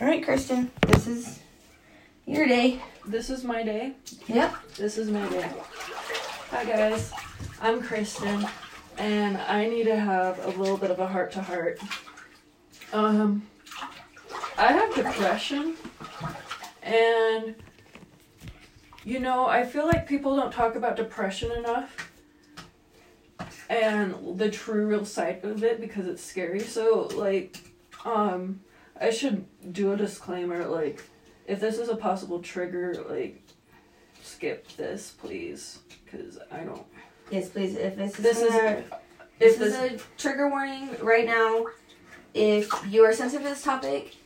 All right, Kristen, this is your day. This is my day. Yep. This is my day. Hi guys, I'm Kristen, and I need to have a little bit of a heart to heart. Um, I have depression, and you know, I feel like people don't talk about depression enough and the true real side of it because it's scary. So, like, um, I should do a disclaimer like, if this is a possible trigger, like, skip this, please, because I don't. Yes, please. If this is This is gonna- if this, this. is a trigger warning right now. If you are sensitive to this topic,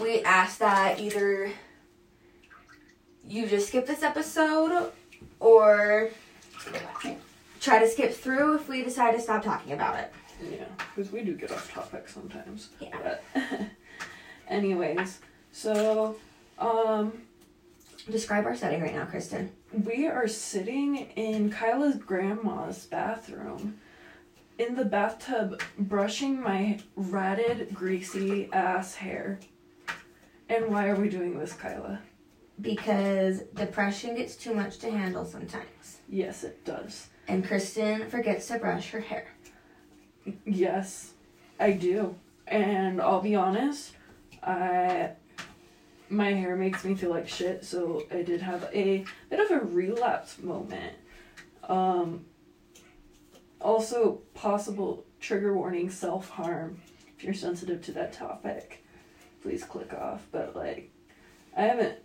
we ask that either you just skip this episode or try to skip through if we decide to stop talking about it. Yeah, because we do get off topic sometimes. Yeah. But anyways, so um, Describe our setting right now, Kristen. we are sitting in Kyla's grandma's bathroom, in the bathtub, brushing my ratted, greasy ass hair. And why are we doing this, Kyla? Because depression gets too much to handle sometimes. Yes, it does. And Kristen forgets to brush her hair. Yes, I do. And I'll be honest, I my hair makes me feel like shit, so I did have a bit of a relapse moment. Um also possible trigger warning self-harm if you're sensitive to that topic. Please click off, but like I haven't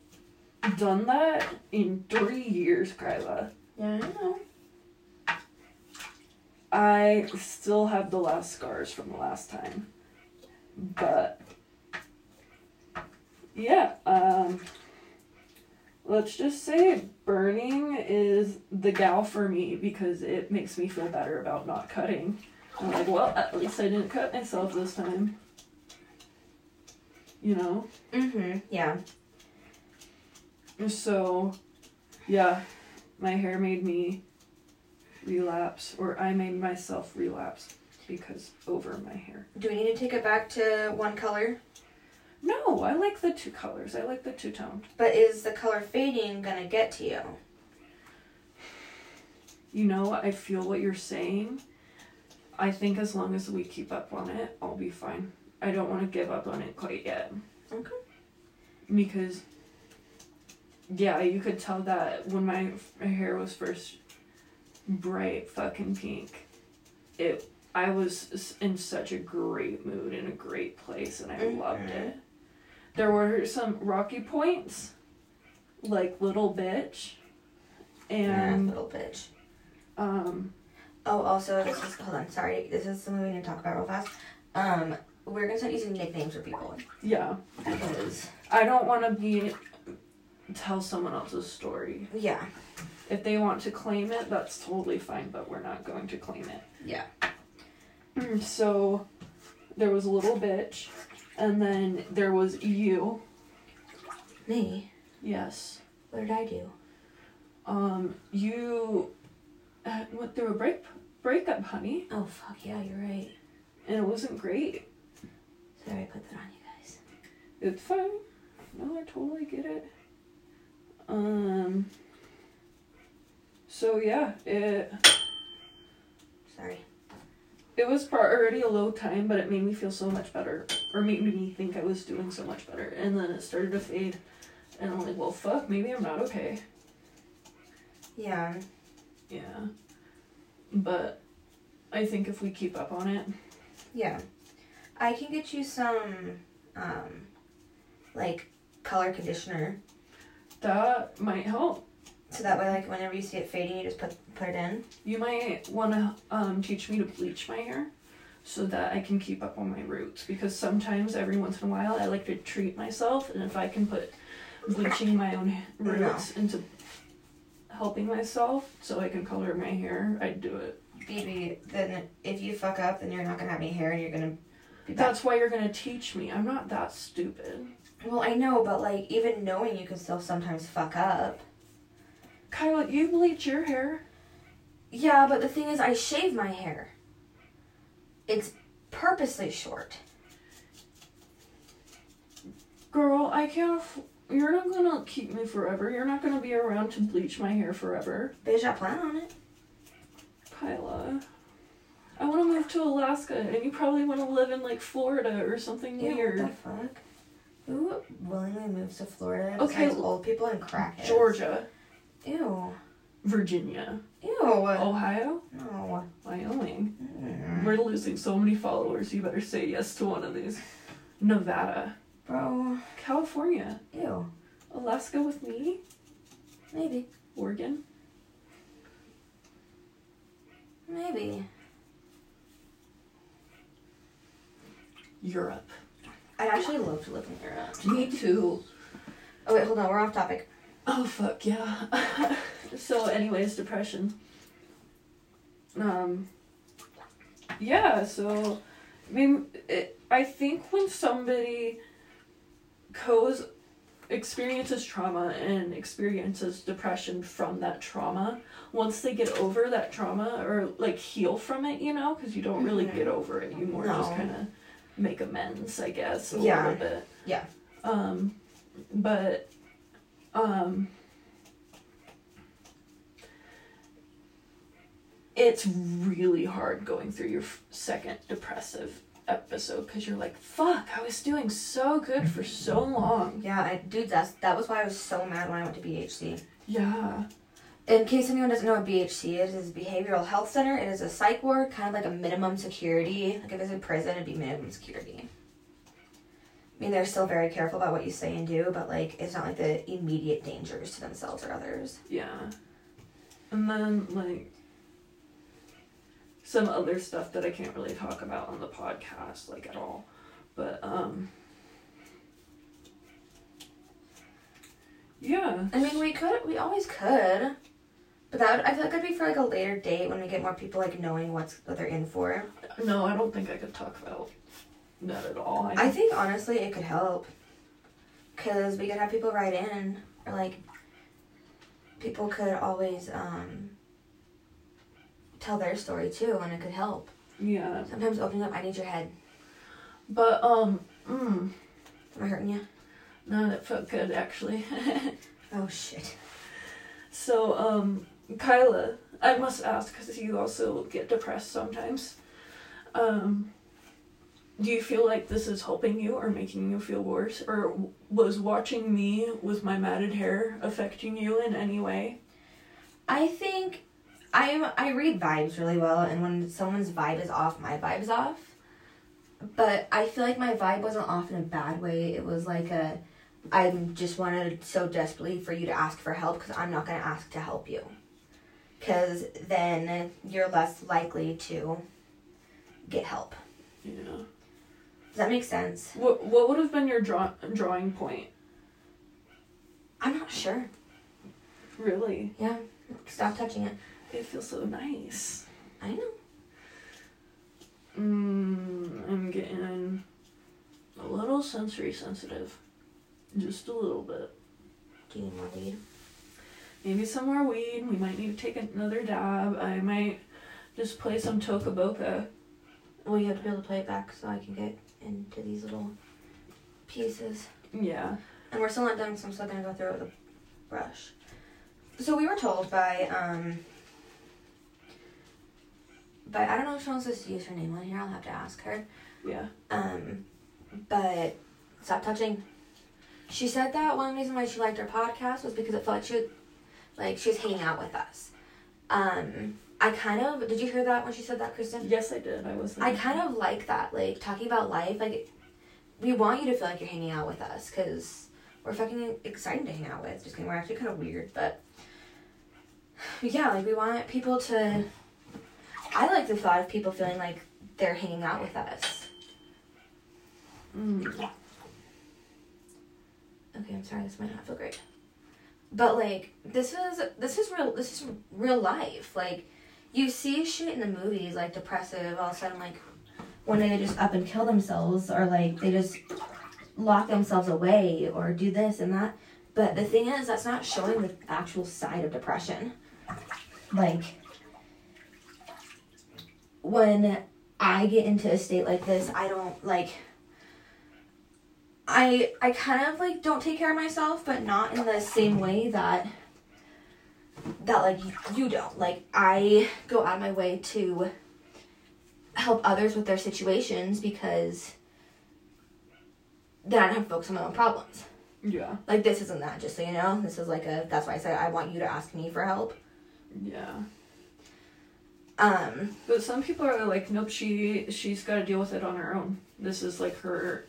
done that in 3 years, Kyla. Yeah, I know. I still have the last scars from the last time. But yeah, um let's just say burning is the gal for me because it makes me feel better about not cutting. I'm like, well, at least I didn't cut myself this time. You know? Mm-hmm. Yeah. So, yeah, my hair made me relapse, or I made myself relapse because over my hair. Do we need to take it back to one color? No, I like the two colors. I like the two tone. But is the color fading gonna get to you? You know, I feel what you're saying. I think as long as we keep up on it, I'll be fine. I don't want to give up on it quite yet. Okay. Because, yeah, you could tell that when my f- hair was first bright fucking pink, it I was s- in such a great mood in a great place, and I loved it. There were some rocky points, like little bitch, and little bitch. um, Oh, also, this is hold on. Sorry, this is something we need to talk about real fast. Um, we're gonna start using nicknames for people yeah, because I don't want to be tell someone else's story. yeah, If they want to claim it, that's totally fine, but we're not going to claim it. Mm, yeah. So there was a little bitch, and then there was you. Me, Yes. what did I do? Um, you uh, went through a break breakup, honey, Oh fuck yeah, you're right. and it wasn't great. Sorry, I put that on you guys. It's fine. No, I totally get it. Um. So yeah, it Sorry. it was pro- already a low time, but it made me feel so much better, or made me think I was doing so much better. And then it started to fade, and I'm like, well, fuck, maybe I'm not okay. Yeah, Yeah. But I think if we keep up on it, yeah. I can get you some, um, like color conditioner, that might help. so that way, like whenever you see it fading, you just put put it in. You might want to um, teach me to bleach my hair so that I can keep up on my roots because sometimes every once in a while I like to treat myself, and if I can put bleaching my own roots into helping myself so I can color my hair, I'd do it. BB, then if you fuck up, then you're not gonna have any hair, and you're gonna be back That's why you're gonna teach me. I'm not that stupid. Well, I know, but like even knowing you can still sometimes fuck up. Kyla, you bleach your hair. Yeah, but the thing is, I shave my hair. It's purposely short. girl, I can't. Aff- you're not gonna keep me forever. You're not gonna be around to bleach my hair forever. Bitch, I plan on it. Kyla, I want to move to Alaska, and you probably want to live in like Florida or something Yeah, weird. what the fuck? Who willingly moves to Florida Okay, besides old people and crackheads? Georgia, Ew. Virginia, Ew. Ohio, No. Wyoming. Mm. We're losing so many followers. You better say yes to one of these. Nevada, Bro. California, Ew. Alaska with me, Maybe. Oregon. Maybe. Europe. I'd actually love to live in Europe. Me too. Oh wait, hold on. We're off topic. Oh fuck yeah. so anyways, depression. Um yeah, so I mean it, I think when somebody goes experiences trauma and experiences depression from that trauma, once they get over that trauma or like heal from it, you know, cuz you don't really Mhm. get over it, you more just No. kind of make amends, I guess, a Yeah. little bit. Yeah. Um but um it's really hard going through your f- second depressive episode because you're like, fuck, I was doing so good for so long. Yeah, I, dude, that's that was why I was so mad when I went to BHC. Yeah. In case anyone doesn't know what BHC is, it's a behavioral health center. It is a psych ward, kind of like a minimum security. Like if it's in prison, it'd be minimum security. I mean, they're still very careful about what you say and do, but like it's not like the immediate dangers to themselves or others. Yeah. And then, like, some other stuff that I can't really talk about on the podcast, like, at all. But, um, yeah. I mean, we could, we always could, but that would, I feel like that'd be for like a later date when we get more people like knowing what's what they're in for. No, I don't think I could talk about that at all. I think honestly it could help. Cause we could have people write in or like people could always um tell their story too and it could help. yeah. Sometimes opening up I need your head. But um, mm, Am I hurting you? no, that felt good actually. Oh shit. so um, Kyla, I must ask because you also get depressed sometimes. Um, do you feel like this is helping you or making you feel worse, or w- was watching me with my matted hair affecting you in any way? I think I'm I read vibes really well and when someone's vibe is off, my vibe's off. But I feel like my vibe wasn't off in a bad way. It was like a I just wanted so desperately for you to ask for help because I'm not going to ask to help you. Because then you're less likely to get help. Yeah. Does that make sense? What What would have been your draw- drawing point? I'm not sure. Really, Yeah. Stop touching it. it feels so nice. I know. Mm, I'm getting a little sensory sensitive. Just a little bit. Do you need more weed? Maybe some more weed. We might need to take another dab. I might just play some Toca Boca. Well, you have to be able to play it back so I can get into these little pieces. Yeah. And we're still not done, so I'm still gonna go through it with a brush. So we were told by um by I don't know if she wants us to use her name on here, I'll have to ask her. Yeah. Um but stop touching. She said that one reason why she liked our podcast was because it felt like she was, like she was hanging out with us. Um I kind of did you hear that when she said that, Kristen? Yes, I did. I was. I kind of like that, like talking about life. Like, we want you to feel like you're hanging out with us because we're fucking excited to hang out with. Just kidding, we're actually kind of weird, but yeah, like we want people to. I like the thought of people feeling like they're hanging out with us. Mm. Okay, I'm sorry, this might not feel great, but like this is this is real. This is real life. Like, you see shit in the movies, like depressive. All of a sudden, like one day they just up and kill themselves or like they just lock themselves away or do this and that but the thing is that's not showing the actual side of depression like when i get into a state like this i don't like I I kind of like don't take care of myself, but not in the same way that that like you don't. Like I go out of my way to help others with their situations because then I don't have to focus on my own problems. Yeah. Like this isn't that, just so you know. This is like a that's why I said I want you to ask me for help. Yeah. Um But some people are like, nope, she she's got to deal with it on her own. This is like her,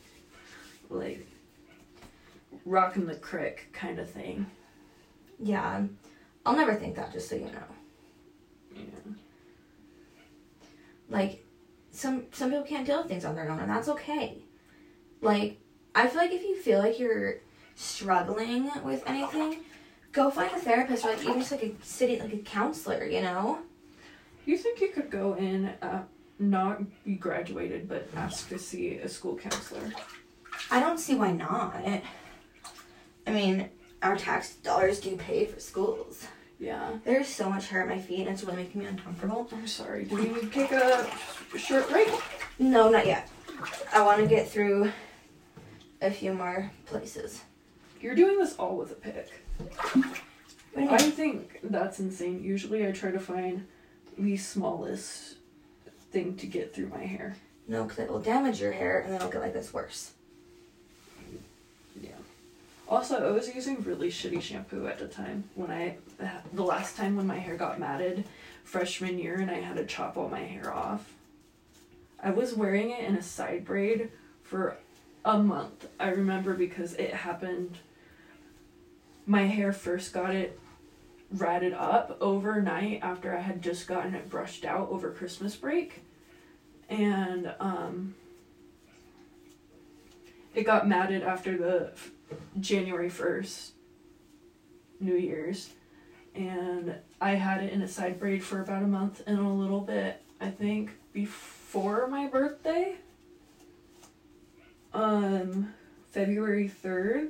like, rocking the crick kind of thing. yeah. I'll never think that just so you know. Yeah. like some some people can't deal with things on their own and that's okay like i feel like if you feel like you're struggling with anything go find a therapist or like even just like a city like a counselor you know You think you could go in, uh, not be graduated, but ask to see a school counselor? i don't see why not i mean our tax dollars do pay for schools Yeah. there's so much hair at my feet and it's really making me uncomfortable I'm sorry. Do we need to take a short break? no not yet i want to get through a few more places You're doing this all with a pick. What do you I mean? think that's insane. Usually I try to find the smallest thing to get through my hair. No, because it will damage your hair and then it'll get like this worse. Yeah. Also, I was using really shitty shampoo at the time when I, the last time when my hair got matted, freshman year, and I had to chop all my hair off. I was wearing it in a side braid for a month. I remember because it happened. My hair first got it ratted up overnight after I had just gotten it brushed out over Christmas break. And, um, it got matted after the f- January 1st New Year's and I had it in a side braid for about a month and a little bit I think before my birthday um February 3rd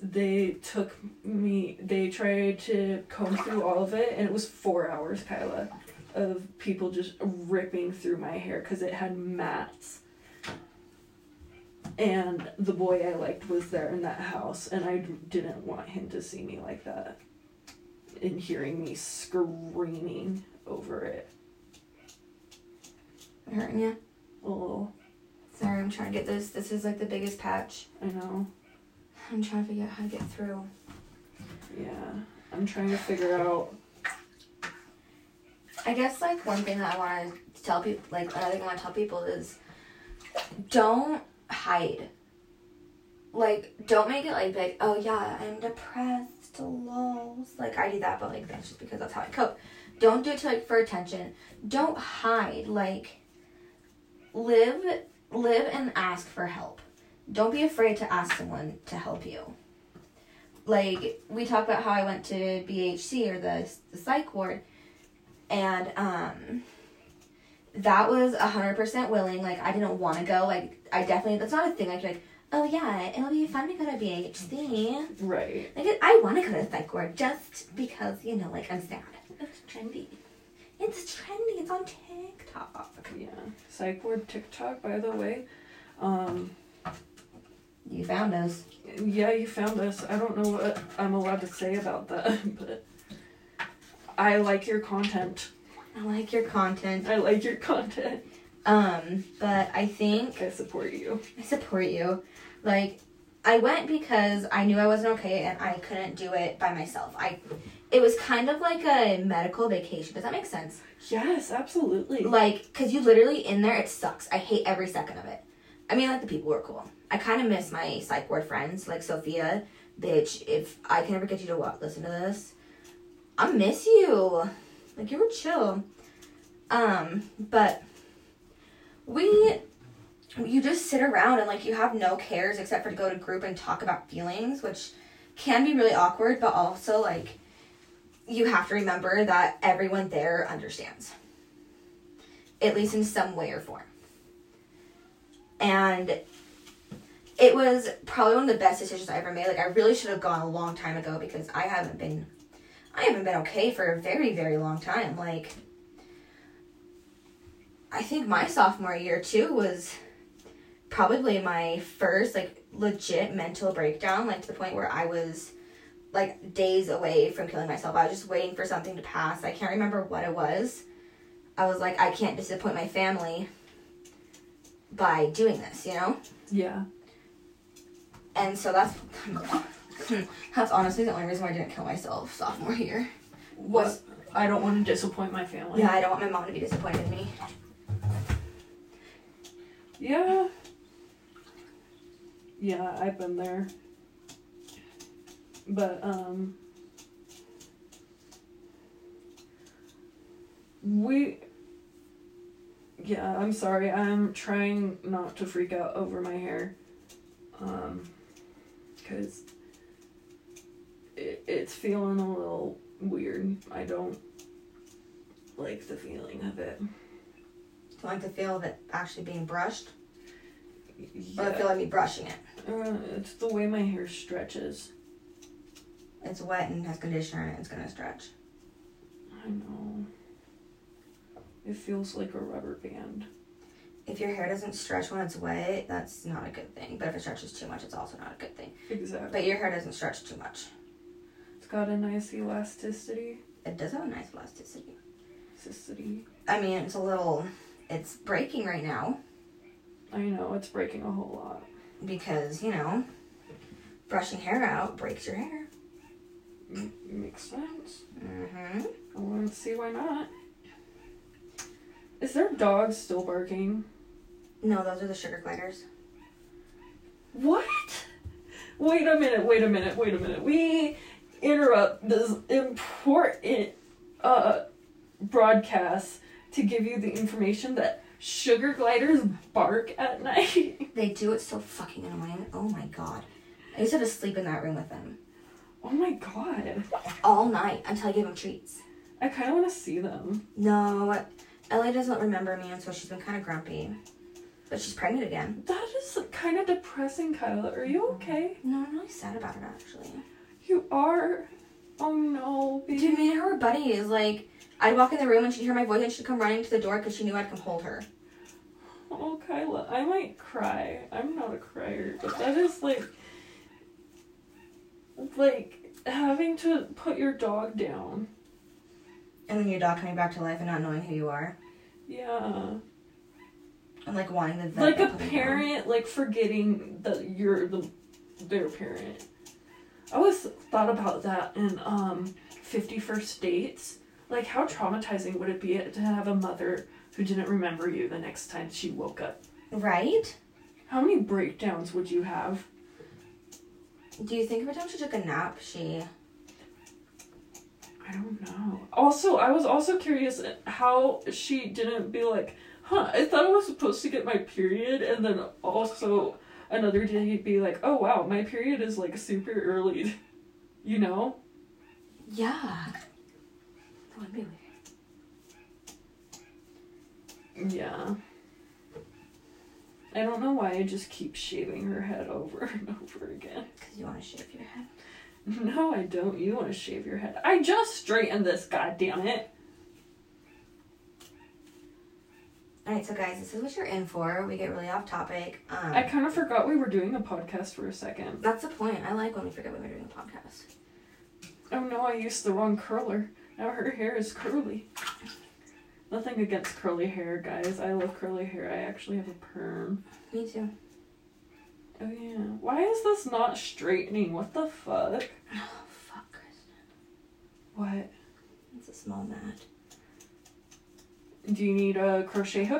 they took me they tried to comb through all of it and it was 4 hours Kyla of people just ripping through my hair cuz it had mats and the boy I liked was there in that house, and I d- didn't want him to see me like that and hearing me screaming over it. I'm hurting you. Oh, Sorry, I'm trying to get this. This is like the biggest patch. I know. I'm trying to figure out how to get through. Yeah, I'm trying to figure out. I guess like one thing that I want to tell people, like another thing I want to tell people is, don't hide. Like, don't make it like be like, oh yeah, I'm depressed, lols. Like I do that, but like that's just because that's how I cope. Don't do it to like for attention. Don't hide. Like, live, live and ask for help. Don't be afraid to ask someone to help you. Like we talked about how I went to BHC or the the psych ward and um that was 100% willing like i didn't want to go like i definitely that's not a thing like you're like oh yeah it'll be fun to go to bhc Right. like i want to go to psych ward just because you know like i'm sad it's trendy it's trendy it's on tiktok Yeah. Psych ward TikTok, by the way. Um, you found us yeah, you found us. I don't know what I'm allowed to say about that, but I like your content. i like your content I like your content. um but i think I support you. I support you. Like, I went because I knew I wasn't okay and I couldn't do it by myself. I, it was kind of like a medical vacation. Does that make sense? Yes, absolutely. Like, cause you literally in there, it sucks. I hate every second of it. I mean, like the people were cool. I kind of miss my psych ward friends, like Sophia, bitch. If I can ever get you to what, listen to this, I miss you. Like you were chill. Um, but we, you just sit around and like you have no cares except for to go to group and talk about feelings, which can be really awkward, but also like you have to remember that everyone there understands at least in some way or form. And it was probably one of the best decisions I ever made. Like I really should have gone a long time ago because I haven't been I haven't been okay for a very, very long time. Like I think my sophomore year too was probably my first like legit mental breakdown, like to the point where I was like days away from killing myself. I was just waiting for something to pass. I can't remember what it was. I was like, I can't disappoint my family by doing this, you know? Yeah. And so that's that's honestly the only reason why I didn't kill myself sophomore year. What? I don't want to disappoint my family. Yeah, I don't want my mom to be disappointed in me. Yeah. Yeah, I've been there. But um we Yeah, I'm sorry. I'm trying not to freak out over my hair. Um cuz it, it's feeling a little weird. I don't like the feeling of it. Don't like the feel of it actually being brushed, or the Yeah. feel of me brushing it. Uh, it's the way my hair stretches. It's wet and has conditioner in it. It's gonna stretch. I know. It feels like a rubber band. If your hair doesn't stretch when it's wet, that's not a good thing. But if it stretches too much, it's also not a good thing. Exactly. But your hair doesn't stretch too much. It's got a nice elasticity. It does have a nice elasticity. Elasticity. I mean, it's a little, it's breaking right now I know, it's breaking a whole lot. because you know, brushing hair out breaks your hair. M- makes sense. Mm-hmm. I want to see why not. Is their dog still barking? No, those are the sugar gliders. What? Wait a minute, wait a minute, wait a minute. We interrupt this important uh, broadcast to give you the information that sugar gliders bark at night. They do it so fucking annoying. Oh my god. I used to have to sleep in that room with them oh my god. all night until I gave them treats. I kind of want to see them. No, Ellie doesn't remember me, and so she's been kind of grumpy. But she's pregnant again. That is kind of depressing, Kyla. Are you okay? No, I'm really sad about it actually. You are. Oh no, baby. Dude, me and her were buddies. Like, I'd walk in the room and she'd hear my voice and she'd come running to the door because she knew I'd come hold her. Oh, Kyla, I might cry. I'm not a crier, but that is like, like having to put your dog down. And then your dog coming back to life and not knowing who you are. Yeah, And like wanting to vet like a that puppy down. parent, like forgetting that you're the their parent. I always thought about that in um, Fifty First Dates. Like, how traumatizing would it be to have a mother who didn't remember you the next time she woke up? Right? How many breakdowns would you have? Do you think every time she took a nap, she. I don't know. Also, I was also curious how she didn't be like, huh, I thought I was supposed to get my period, and then also another day you'd be like, oh wow, my period is like super early. You know? Yeah. That would Oh, be weird. Yeah. I don't know why I just keep shaving her head over and over again. Because you want to shave your head. No, I don't. You want to shave your head. I just straightened this, goddamn it. Alright, so guys, this is what you're in for. We get really off topic. Um, I kind of forgot we were doing a podcast for a second. That's the point. I like when we forget when we're doing a podcast. Oh no, I used the wrong curler. Now her hair is curly. Nothing against curly hair, guys. I love curly hair. I actually have a perm. Me too. Oh yeah. Why is this not straightening? What the fuck? Oh, fuck, Chris. What? It's a small mat. Do you need a crochet hook?